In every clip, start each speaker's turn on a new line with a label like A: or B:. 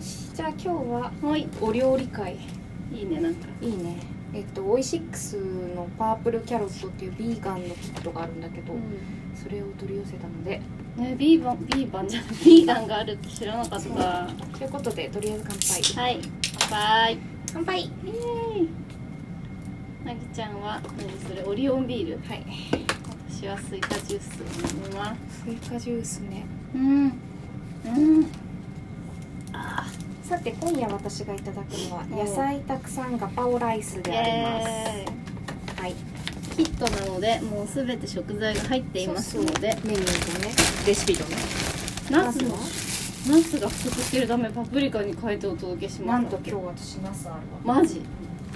A: しじゃあ今日は
B: はい
A: お料理会
B: いいねなんか
A: いいねえっとオイシックスのパープルキャロットっていうビーガンのキットがあるんだけど、それを取り寄せたので
B: ねビーバンビーバンじゃない ビーガンがあるって知らなかった
A: ということでとりあえず乾杯
B: はい乾杯
A: 乾杯
B: イエーイなぎちゃんは何それオリオンビール
A: はい
B: 私はスイカジュースを飲みます
A: スイカジュースね
B: うんうんあ
A: さて今夜私がいただくのは
B: ん
A: 野菜たくさんガパオライス
B: ー
A: で
B: イ
A: あります
B: エーイ
A: はい
B: キットなのでもうすべて食材が入っていますので
A: メニューとねレシピとね
B: ナスのナスが不足してるためパプリカに変えてお届けしま
A: な
B: す
A: んと今日私ナスあるわ
B: マジ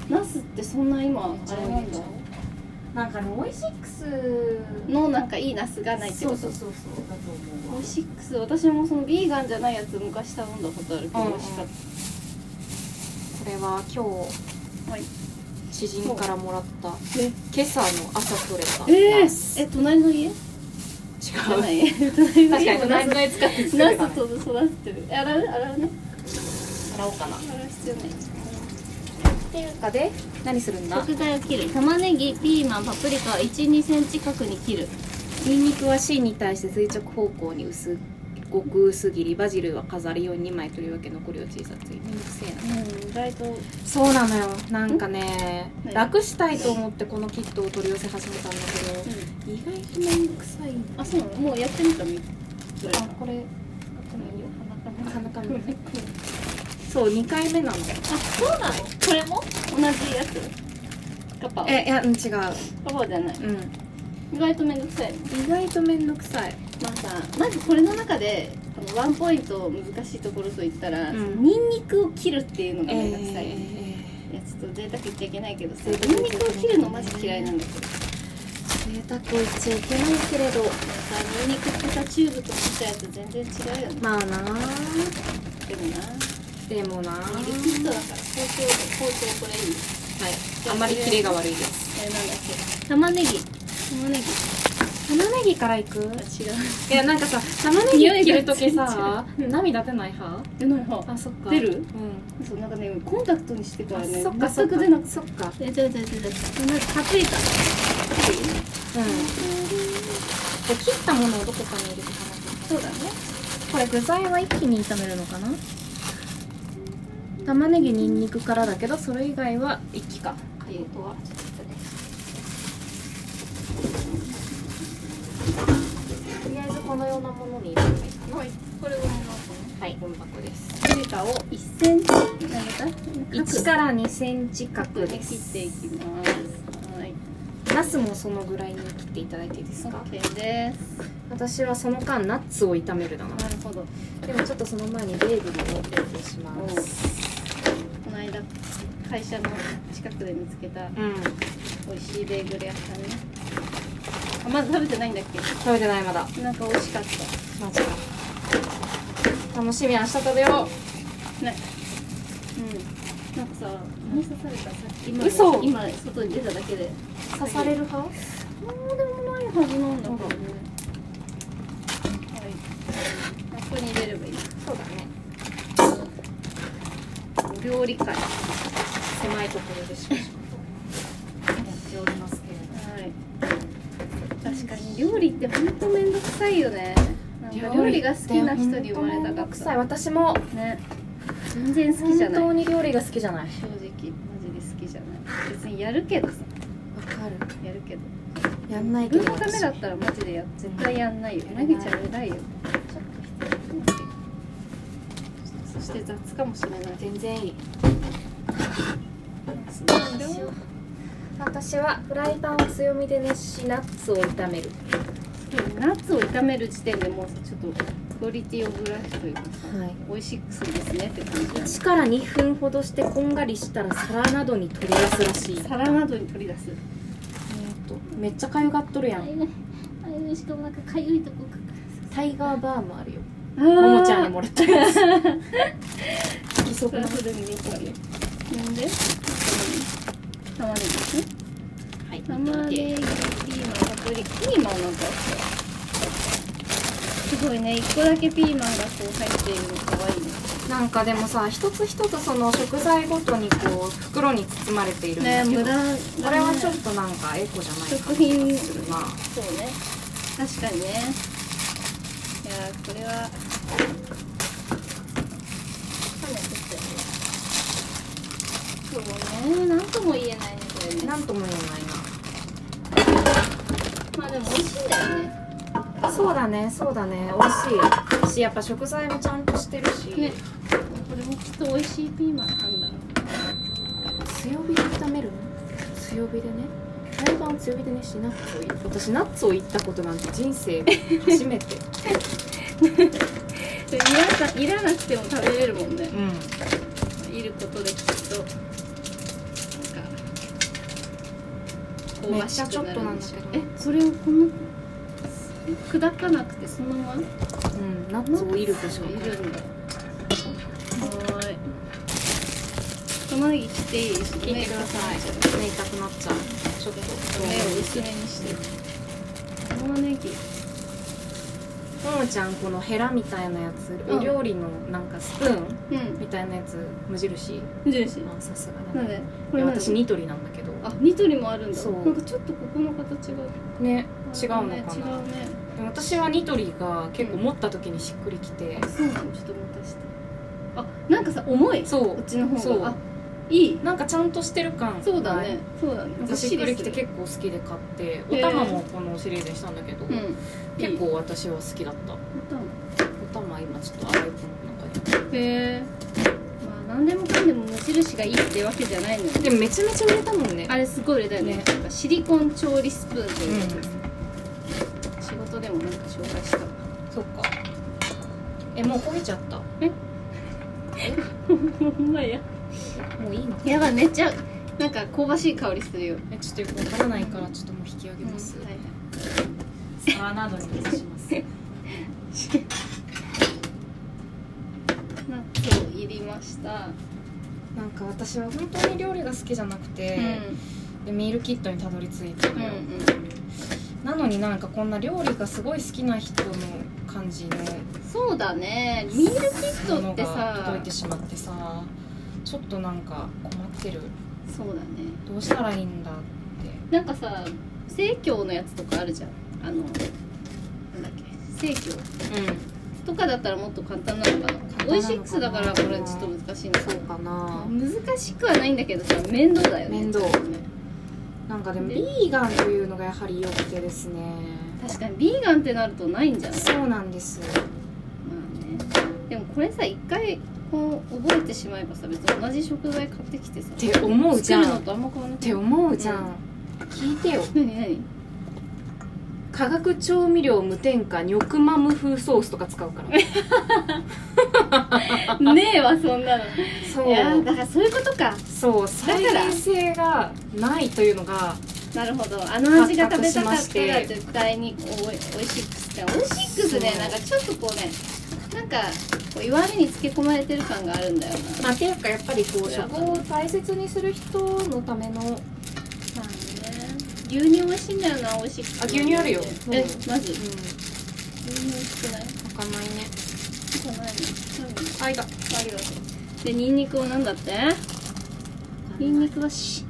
B: ナスってそんな今
A: めっち
B: あ
A: ゃ
B: れ
A: 多い
B: なんだ
A: よなんかねオイシックス
B: のなんかいいナスがないってこ
A: そ
B: と
A: うそうそうそうだと思う
B: オ
A: わ
B: イシックス私もそのビーガンじゃないやつ昔頼んだことあるけど
A: うんうん
B: 美味しかった
A: これは今
B: はい
A: 日知人からもらった
B: え
A: 今朝の朝取れた
B: え
A: ナス
B: ー、え隣の家じゃ
A: 違う
B: ない 隣の
A: 確か
B: 家
A: に
B: も
A: 隣
B: ナ
A: のやつ買って
B: ス
A: 作
B: ナ
A: る
B: スと育ってるえ洗う洗うね
A: 洗おうかなっ
B: 洗う必要ない
A: ていうかで何するんだ
B: 食材を切る玉ねぎピーマンパプリカは12センチ角に切る
A: ニンニクは芯に対して垂直方向に薄極薄切りバジルは飾り用に2枚取り分け残りを小さくめんどくせえな
B: うん意外と
A: そうなのよなんかね
B: ん
A: 楽したいと思ってこのキットを取り寄せ始めたんだけど意外と面倒くさい
B: あそうなのもうやってみたみどれか
A: あこれなか
B: なか
A: な
B: な
A: か
B: か
A: ね
B: ね
A: そう2回目なの
B: あそうなのこれも同じやつガパオ
A: えいやうん違う
B: ガパオじゃない
A: うん
B: 意外とめんどくさい
A: 意外と面倒くさい
B: まあさまずこれの中であのワンポイント難しいところといったら、
A: うん
B: ニンニクを切るっていうのが
A: え
B: めんどくさい、
A: ー
B: いやちょっと贅沢言っちゃいけないけどさ
A: 贅沢
B: ニンニクを切るのマジ嫌いなんだけど
A: 贅沢言っちゃいけないけれど
B: さニンニクってさチューブと切ったやつ全然違うよね
A: まあなあ
B: でもな
A: でもなあ
B: ニンニクキットだから包丁包丁これいい
A: はいあまりキレが悪いです
B: えなんだっけ玉ねぎ玉ね
A: 玉ねぎからいく
B: ぎあ違う
A: いやなんかさ玉ねぎ切るとき
B: 匂いが
A: さ涙出ない派
B: えなんか
A: あそっか
B: 出る
A: うん
B: そうなんかねコンタクトにしてからね
A: そっかそっ
B: 全
A: か
B: く出なくて
A: そっか
B: えじゃじゃじゃじゃなんかパプリカ
A: うんで切ったものをどこかに入れてかな
B: そうだね
A: これ具材は一気に炒めるのかな玉ねぎにんにくからだけどそれ以外は一気か
B: えーとはちょっとね
A: とりあえずこのようなものに入れればいいかな
B: はいこれをもらおう
A: はい文箱です
B: パプリカを1センチ何
A: 1
B: か
A: から2センチ角
B: 角
A: で
B: で切っ
A: す
B: ていきますはい
A: ナスもそのぐらいに切っていただいていいですか
B: OK です
A: 私はその間ナッツを炒めるだな
B: なるほど
A: でもちょっとその前にベーグルを入れてしまう
B: この間会社の近くで見つけた
A: うん
B: 美味しいベーグル屋さんねあまだ食べてないんだっ
A: 食べてないまだ
B: けなんか美味しかった
A: マジか楽しみ明日食べよ
B: ねうんなんかさ刺されたさっき今
A: 嘘
B: 今外に出ただけで
A: う刺される派
B: そうでもないはずなんだけどねはいあここに入れればいい
A: そうだね
B: お料理会は
A: 狭いところでしかやっておりますけれ
B: い確かに料理ってほんとめんどくさいよねなんか料理が好きな人に生まれたかっ
A: 臭い
B: た
A: 私も
B: ね全然好き
A: 本
B: じゃない
A: 当に料理が好きじゃないわ
B: 正直マジで好きじゃない別にやるけどさ
A: かる
B: やるけど
A: やんないけ
B: 自
A: ど
B: 分のためだっ
A: ちょ
B: たらマジでや絶対やんないよなぎちゃん偉いよ
A: っと
B: そして雑かもしれない
A: 全然いい
B: す
A: 私はフライパンを強火で熱しナッツを炒める
B: ナッツを炒める時点でもうちょっとクオリティオブライフというかさ
A: はい
B: オイシックスですねって感じだね
A: 1から2分ほどしてこんがりしたら皿などに取り出すらしい
B: 皿などに取り出す
A: めっちゃかゆがっとるやん
B: いしかもなんかかゆいとこ
A: タイガーバーもあるよ
B: かも
A: ももちゃんに
B: も
A: もらったやつ好きそう
B: それはそれで見たいよなんで玉ねぎですね
A: はい
B: 玉ねぎピーマンパプリカピーマンなんかあったすごいね一個だけピーマンがこう入っているのかわいいね
A: なんかでもさ一つ一つその食材ごとにこう袋に包まれているん
B: ね
A: だけど、
B: 無駄だね
A: これはちょっとなんかエコじゃないか
B: 食
A: って
B: 品
A: 感じするな
B: そうね確かにねいやーこれはかなりちょっとそうねなんとも言えないねこれね
A: なんとも言え
B: まあでも美味しいんだよね
A: ないなそうだねそうだね美味しいしやっぱ食材もちゃんとしてるし、
B: ねこれもきっと美味しいピーマンなんだろう
A: 強火で炒める強火でね毎晩強火でねしナッツをい私ナッツをいったことなんて人生初めて
B: でいらないらなくても食べれるもんね
A: うん
B: いることできっとなんか香
A: めっ
B: ば
A: ち
B: し
A: ゃ
B: く
A: ちょっ
B: な
A: と
B: る
A: なんん
B: で
A: だ
B: し
A: け
B: ょ
A: ど
B: えそれをこのえ砕かなくてそのまま
A: うんナッツをいるでしょ
B: いるんだ。はーい。玉ねぎ切っていい？
A: 聞いてください
B: ちょっ
A: 目痛くなっちゃうちょっと
B: と目を薄めにして。玉ねぎ。
A: ももちゃんこのヘラみたいなやつ、
B: うん
A: お料理のなんかスプーン
B: うん。
A: みたいなやつ無印
B: ジューシー。
A: あさすが
B: な
A: だ
B: ん
A: ね
B: で？
A: い
B: これ
A: や
B: 何
A: 私。ニトリなんだけど
B: あ、ニトリもあるんだ。
A: そう
B: なんかちょっとここの形が
A: ね違うのかな
B: ね違うね。
A: でも私はニトリが結構持った時にしっくりきて、
B: そうなの。ちょっと持たして。あ、なんかさ重い。こ
A: そ
B: っ
A: う
B: ちの
A: そ
B: 方
A: う
B: が。あ、いい。
A: なんかちゃんとしてる感
B: そうだ
A: ない
B: ね。そうだね。
A: なん
B: ず
A: か
B: っ
A: し
B: し
A: っく
B: り
A: り
B: す
A: き
B: る
A: て結構好きで買って
B: ー
A: お玉もこのシリーズにしたんだけど、
B: うん。
A: 結構私は好きだった
B: いい。ボタン
A: お玉今ちょっと洗い物の中で
B: へえまあ何でもかんでも無印がいいってわけじゃないのよ
A: でもめちゃめちゃ売れたもんね
B: あれすごい売れだよね
A: ね
B: なんかシリコン調理スプーン
A: う
B: というやつ、
A: ん
B: 仕事でもなんか紹介した
A: そっかえもう焦げちゃった
B: ほんまや
A: もういいの
B: やばいめっちゃなんか香ばしい香りするよ、
A: えちょっとよくわからないからちょっともう引き上げ
B: うんは
A: ま
B: い
A: す、
B: はい
A: 皿などに移し ます
B: ナッツを入りました、
A: なんか私は本当に料理が好きじゃなくて、でミールキットにたどり着いたのよ、なのになんかこんな料理がすごい好きな人の感じの
B: うんそうだねミールキットって
A: ものが届
B: さ
A: いてしまってさちょっとなんか困ってる
B: そうだね
A: どうしたらいいんだって
B: なんかさ生協のやつとかあるじゃんあのなんだっけ生協
A: うん
B: とかだったらもっと簡単なのかな
A: 簡単なのかな
B: オイシックスだからこれちょっと難しいんだ
A: そうかな
B: 難しくはないんだけどさ面倒だよね
A: 面倒
B: ちょっとね
A: なんかでも
B: で
A: ビーガンというのがやはり良くてですね
B: 確かにビーガンってなるとないんじゃない
A: そうなんです
B: まあねでもこれさ一回こう覚えてしまえばさ別に同じ食材買ってきてさ
A: って思うじゃん
B: 作るの
A: っ
B: とあんま変わらない
A: て思うじゃん、聞いてよ
B: 何何
A: 化学調味料無添加ニョクマム風ソースとか使うから
B: ねえわそんなのい
A: そ
B: やー
A: う
B: だからそういうことか
A: そう再現性がないというのが
B: なるほどあの味が食べた
A: 発覚し
B: か
A: ま
B: っ
A: した
B: ら
A: て
B: 絶対においおいしくしておいしくすね
A: そう
B: なんかちょっとこうねなんかこう弱みにつけ込まれてる感があるんだよな
A: まあ、っていうかやっぱりこう食を大切にする人のための
B: まあね牛乳美味しいんだよな美味しく
A: あ
B: て
A: 牛乳あるよ
B: え
A: う
B: マジ牛
A: う
B: 乳美味しくない
A: ん、かないね。
B: なんかないのないの
A: あいだ。
B: ありがとうでニンニクをなんだってニンニクはしん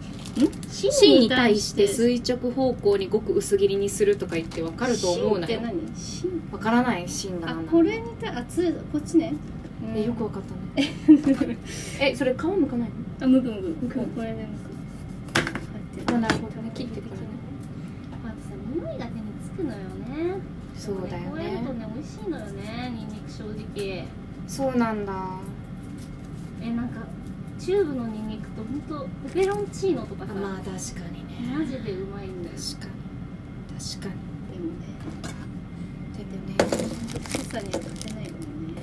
B: 芯
A: C に対して垂直方向にごく薄切りにするとか言ってわかると思うなよ
B: 芯。って何芯
A: わからない芯が
B: あ
A: なんだ。
B: これにたあつこっちね
A: えよくわかったね。 えそれ皮むかないの？
B: あむくむく
A: むく
B: こうこれでむくこうやって
A: なるほどね切ってくるね
B: あとさ匂いが手につくのよね
A: そうだよ
B: こうやると
A: ね。
B: ね美味しいのよねニンニク正直
A: そうなんだ。あ
B: えなんかチューブのニンニクと本当ペペロンチーノとかさ、
A: まあ確かにね。
B: マジでうまいんだよ
A: 確かに確かに。
B: でもね
A: でもね
B: 臭さには勝てないもんね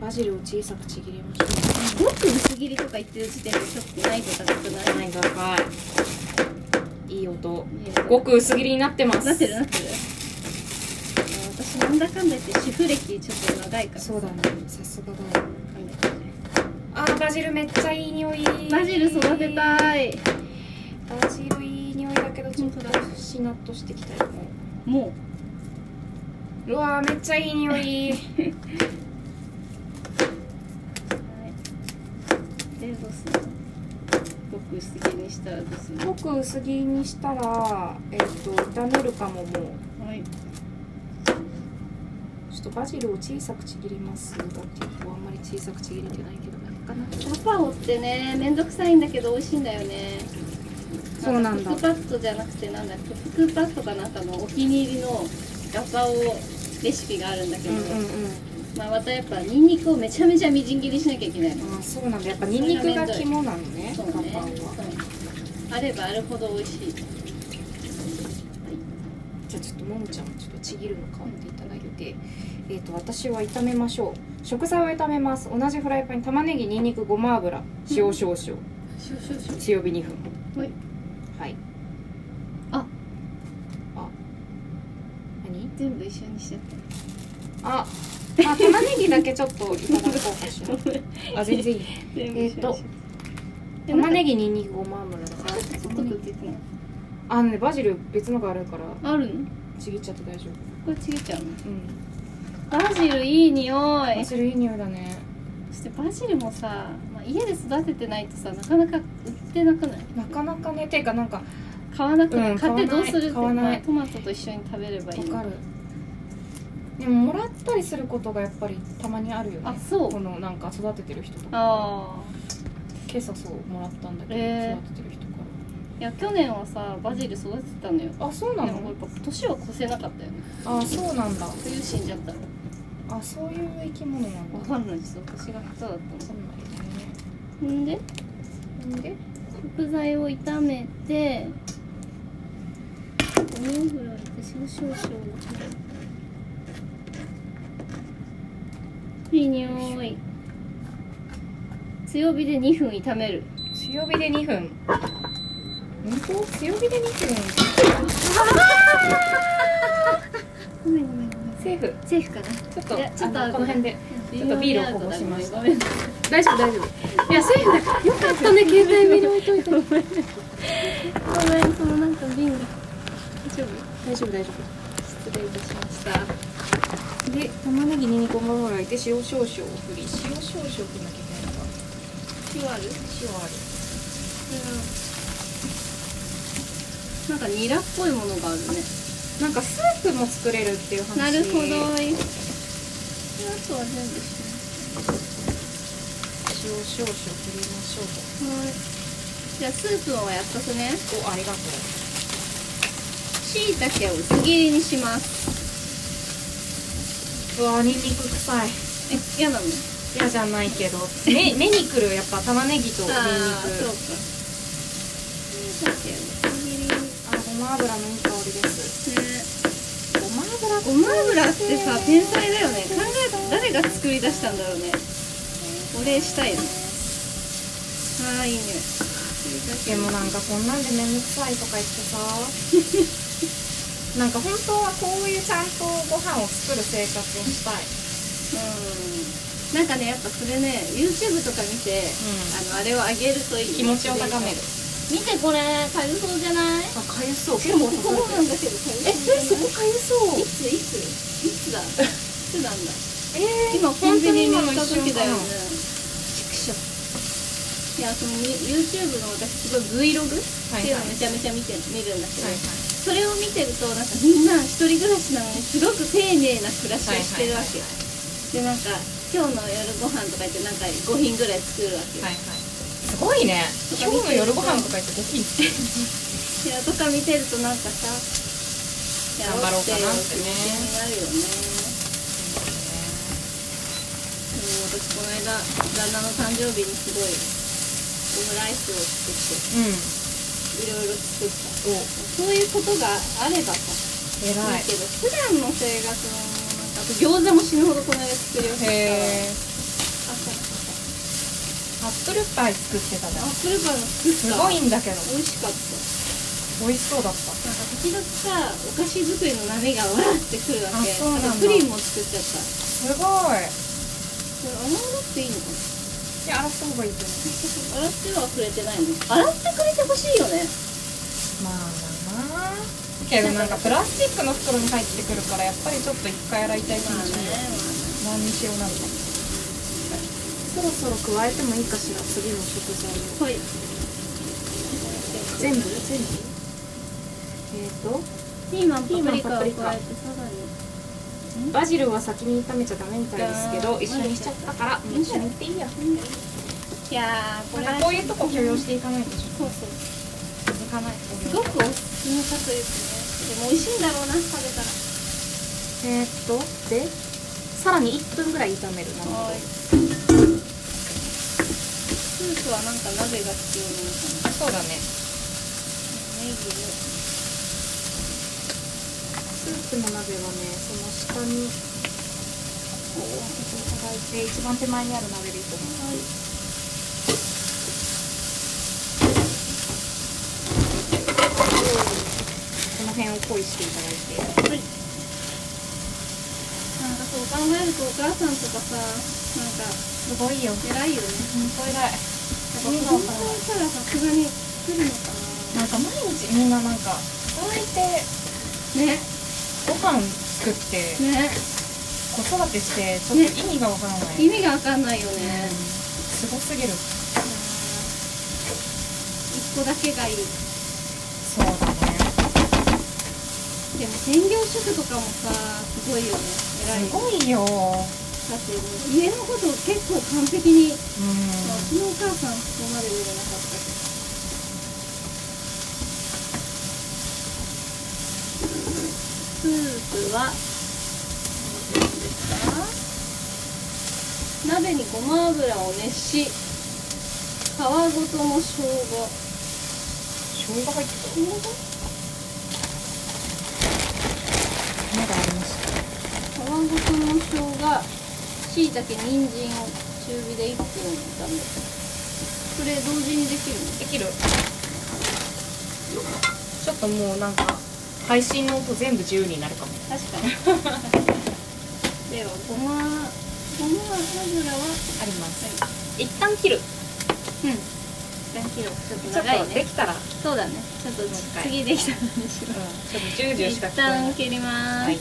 A: バジルを小さくちぎりましょ
B: はいごく薄切りとか言ってる時点でちょっと難易度高くな
A: う。
B: い
A: はい高い。いい音。
B: ね
A: ごく薄切りになってます。
B: なってるなってるあ私なんだかんだ言って主婦歴ちょっと長いから
A: そうだね。さすがだよ。
B: なんだっ
A: あーバジルめっちゃいい匂い
B: けバジル育てたい
A: バジルいい匂いだけどちょっと
B: 本当
A: しなっとしてきたよね
B: も
A: うわーめっちゃいい匂い
B: ごく薄切りにしたらどうする
A: ごく薄切りにしたら、えっと炒めるかももう
B: はい
A: ちょっとバジルを小さくちぎりますが結構あんまり小さくちぎれてないけどあれかな
B: ガパオってねめんどくさいんだけど美味しいんだよね
A: そうなんだ
B: クックパッドじゃなくてなんだクックパッドかなんかのお気に入りのガパオレシピがあるんだけ
A: う
B: ど、
A: んうんうん
B: まあまたやっぱニンニクをめちゃめちゃみじん切りしなきゃいけないの
A: あーそうなんだやっぱニンニクが肝なのね
B: そう
A: ガ
B: ね
A: パオは
B: そうあればあるほど美味しい
A: じゃあちょっとももちゃんちょっとちぎるの代わっていただいて、えっ、と私は炒めましょう食材を炒めます同じフライパンに玉ねぎにんにくごま油塩少々、
B: 少々少々
A: 強火2分
B: はい
A: はい
B: あ
A: あ何
B: 全部一緒にしちゃった
A: ああ玉ねぎだけちょっといただこうかしらあ全然いい
B: 全
A: 部一緒にしちゃった
B: え
A: 玉ね
B: ぎ
A: ぎにんにくごま油だから
B: ちょっと溶けてない
A: あのねバジル別のがあるから
B: あるの
A: ちぎっちゃって大丈夫
B: これちぎっちゃうの
A: うん
B: バジルいい匂
A: バ
B: い
A: ジルいい匂いだね
B: そしてバジルもさ、まあ、家で育ててないとさなかなか売ってなくない
A: なかなかねていうかなんか
B: 買わなくない、
A: うん
B: 買ってどうするって
A: 買わない買わない
B: まあトマトと一緒に食べればいい
A: わかるでももらったりすることがやっぱりたまにあるよ
B: あ
A: ね
B: そう
A: このなんか育ててる人とか
B: ああ
A: 今朝そうもらったんだけど、
B: えー
A: 育ててる人か
B: いや去年はさバジル育てたのよ
A: らあそう
B: で
A: な
B: もや
A: の
B: っぱ年は越せなかったよね
A: あそうなんだ
B: 冬死んじゃった
A: あそういう生き物なんだ
B: わかんないです私が下手だっ
A: そ
B: た
A: んなんです
B: のんで
A: ねんで
B: 食材を炒めてごま油を入れて塩少々いい匂い強火で2分炒める
A: 強火で2分本当強火で2分
B: ごめんごめんごめん
A: セーフ
B: セーフかな
A: ちょっと
B: いやちょっと
A: あのこの辺で
B: ち
A: ょっとビールをこぼしました
B: ごめん
A: 大丈夫大丈夫いやセーフだよかった ね携帯見置いといて
B: ごめんそのなんか瓶が大丈夫
A: 大丈夫大丈夫
B: 失礼いたしました
A: で玉ねぎにんにくごま油入れて塩少々を振り塩少々振んなきゃいけないのか
B: 塩ある
A: 塩ある
B: なんかニラっぽいものがあるね
A: なんかスープも作れるっていう話
B: なるほど。あとは全部
A: 塩
B: し
A: 少々振りましょう
B: ます。はい。じゃあスープをやっとくね。
A: とおありがと
B: しいたけを薄切りにします。
A: ううわーにんにく臭い
B: え、嫌なの？
A: 嫌じゃないけ ど目目にくるやっぱ玉ねぎとにんにく
B: ああ、そうか。しいたけ薄切りに。ね。
A: あごま油のいい香りですごま油
B: ごま油ってさ天才だよね。考えた誰が作り出したんだろうね。お礼したいよね。ああいいね。
A: でもなんかこんなんで面倒くさいとか言ってさ なんか本当はこういうちゃんとご飯を作る生活をしたい
B: うんなんかねやっぱそれね YouTube とか見て、あのあれをあげるといい
A: 気持ちを高める
B: 見てこれかゆそうじゃない
A: あかゆそう
B: でもここなんだけどかゆ
A: えそ
B: そうじゃな
A: こ
B: い
A: かゆそう
B: いついついつだいつなんだ
A: えー
B: 今本当に今
A: コ
B: の
A: ンビニに行
B: 一
A: った時
B: 時だ
A: だ
B: よ
A: よ
B: ね
A: ね
B: ちくしょういやその YouTube の私すごい Vlog っていうのをめちゃめちゃ見て見るんだけど、それを見てるとなんかみんな一人暮らしなのにすごく丁寧な暮らしをしてるわけよ、でなんか今日の夜ご飯とか言ってなんか5品ぐらい作るわけよ、
A: はいはいすごいね今日の夜ご飯とか言ってごきに
B: いやとか見てるとなんかさや
A: 頑張ろうかなってね
B: 煽よって気持ちになるよねでも私この間旦那の誕生日にすごいオムライスを作
A: うん
B: っていろいろ作った
A: お
B: そういうことがあればさ
A: 偉
B: いいけど普段の生活のなんかあと餃子も死ぬほどこの間作りをしてたから
A: へえ
B: あそうそう
A: アップルパイ作ってたじゃ
B: ア
A: ん
B: ップルパイも作っ
A: す
B: た
A: ごいんだけど
B: 美味しかった
A: 美味しそうだった
B: なんか時々さお菓子作りの波がわーってくるわけ
A: あそうなんだ
B: あとプリンも作っちゃった
A: すごい
B: これ洗わなくていいのかない
A: や洗った方がいいと思う
B: 洗ってはくれてないの洗ってくれてほしいよね
A: まあまあまあけどなんかプラスチックの袋に入ってくるからやっぱりちょっと一回洗いたい気持ちには
B: まあね
A: 何にしようなるかも
B: あ
A: そろそろ加えてもいいかしら次の食材を
B: はい
A: 全部全部えっ、と
B: ピーマンパ
A: ピー
B: プ
A: マン
B: リカを
A: パ
B: 加
A: プ
B: えて
A: リ
B: さ
A: カ
B: らに
A: バジルは先に炒めちゃダメみたいですけ
B: あ
A: ど
B: ー
A: 一緒にしちゃったから
B: うん
A: 一緒にいっていいや
B: いやーこ
A: こ
B: れ
A: れこういうとこ許容していかないと
B: そうそう
A: 続かない
B: すごくおすすめ作ですねでも美味しいんだろうな食べたら
A: えっとでさらに1分ぐらい炒めるなるほ
B: は
A: ど
B: いスープはなんか鍋が必要なのかな
A: そうだね
B: ネギを
A: スープの鍋はねその下にこう置いていただいて一番手前にある鍋でいいと思います
B: はい
A: この辺を恋していただいて
B: はいなんかそう考えるとお母さんとかさなんか
A: すごいよ
B: 偉いよね
A: 本当偉い
B: 本当にしたらさすがに作るのか
A: なんか毎日みんななんか働いて
B: なね
A: ご飯作って
B: ね
A: 子育てしてちょっと意味がわからない、
B: 意味がわかんないよね、
A: うんすごすぎる
B: 一個だけがいい
A: そうだね
B: でも専業主婦とかもさすごいよね
A: す
B: 偉い
A: ごいよ
B: よ
A: うん
B: だってもう家のことを結構完璧に、うちのお母さんそこまで上じゃなかったけどスープはどうですか鍋にごま油を熱し皮ごとの生姜
A: 生姜入って
B: 生姜
A: たまだあります
B: 皮ごとの生姜、椎茸、人参を中火で1分炒める。これ同時にできるの？
A: できるちょっともうなんか配信の音全部自由になるかも
B: 確かに。ではごまごま油は
A: あります
B: は
A: 一旦切る
B: い。うん。一旦切ろう。ちょっと
A: ちょっ
B: 長い
A: とで
B: ね。
A: きたら、
B: そうだね。ちょっと次できたのにしよう。
A: ちょっとジュージューし
B: 一
A: か聞こえな
B: 旦
A: い
B: 切ります。
A: はい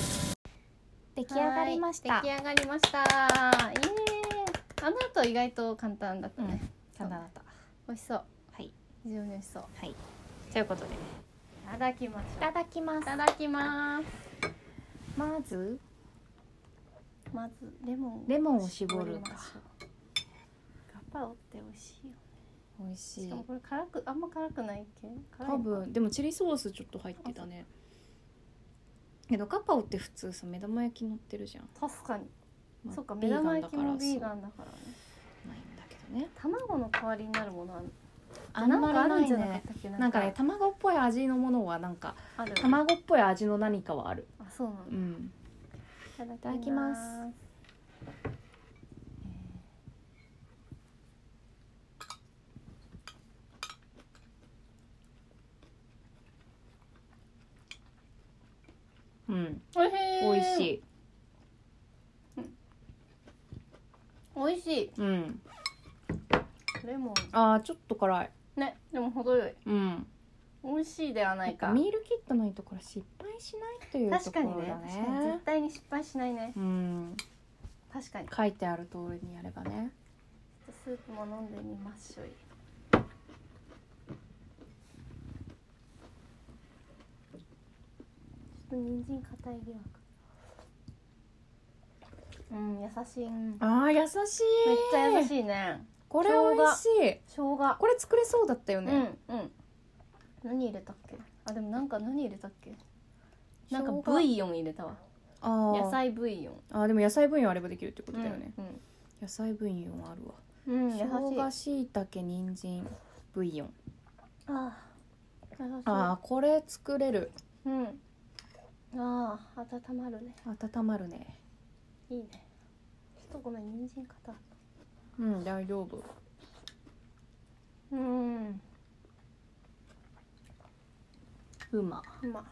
C: 出来上がりました
B: はい出来上がりました。イエーイ。あの後意外と簡単だったね。
C: 簡単だった
B: 美味しそう。
C: はい。
B: 非常に美味しそう。
C: ということでい
B: いただきましょう
C: ただきま
B: い
C: す
B: ただきます。
C: まず
B: まずレモン
C: レモンを絞る
B: ま
C: か
B: しょうガパオって美味しいよ
C: 美味し
B: し
C: い
B: かもこれ辛くあんま辛くないっけ辛い
C: 多分でもチリソースちょっと入ってたねけどカパオって普通さ目玉焼き乗ってるじゃん、
B: 確かに
C: まあ
B: そっか
C: ヴ
B: 目
C: ィーガン
B: 玉
C: だ
B: 焼き
C: から
B: もビーガ
C: そう
B: ンだからね
C: ないんだけどね
B: 卵の代わりになるものある
C: あんまり
B: かあ
C: な
B: るん
C: い
B: じゃなかっ
C: ね
B: たっけ
C: なんかね卵っぽい味のものはなんか
B: ある
C: 卵っぽい味の何かはある
B: あそうなん
C: う
B: だ
C: ん
B: い
C: ただきますうん
B: おいし
C: 美味しい
B: おいしい
C: うん
B: レモ
C: あーちょっと辛い
B: ンねでも程よい
C: うん
B: 美味しいではないか
C: ミールキットのいいところ失敗しないというと
B: 確
C: こ
B: か
C: ろ
B: にね
C: だ
B: 確
C: ね
B: かに絶対に失敗しないね
C: うん
B: 確かに
C: 書いてある通りにやればね
B: スープも飲んでみましょうよちょっと人参硬い疑惑うん優しい、めっ
C: あー優しい
B: ちゃ優しいね
C: これ美味しい
B: 生姜
C: これ作れそうだったよ
B: う
C: ね、
B: んうん何入れたっけあでもなんか何入れたっけ
C: 生
B: な
C: 姜
B: んかブイヨン入れたわ
C: あー
B: 野菜ブイヨン
C: あーでも野菜分野あればできるってことだよね、
B: うん
C: 野菜分野あるわ
B: うん、うん、優しい
C: 生姜椎茸人参ブイヨン
B: あー優しい
C: ああこれ作れる
B: うんああ温まるね
C: 温まるね
B: いいねちょっとごめん人参硬い
C: うん大丈夫
B: うん
C: うま
B: うま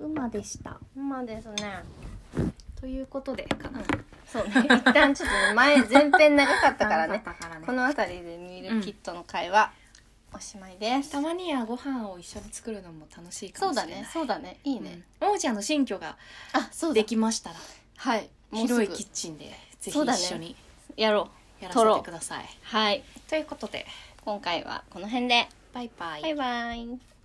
C: うまでした
B: うまですね
C: ということでかな
B: そうね一旦ちょっと前前編長かったからね
C: だからね
B: この辺りでミールキットの会はおしまいです、
C: たまにはご飯を一緒に作るのも楽しいか
B: そ
C: も
B: う
C: しれ
B: だ
C: ない
B: ねそうだねいい
C: い
B: ね、
C: ももちゃんの新居が
B: あそうだ
C: できましたら
B: はいもうすぐ
C: 広いキッチンでぜひ
B: そうだ
C: 一
B: ね
C: 緒に
B: やろう
A: やらせてください
B: はい
A: ということで
B: 今回はこの辺で
A: バイバイ
B: バイバイ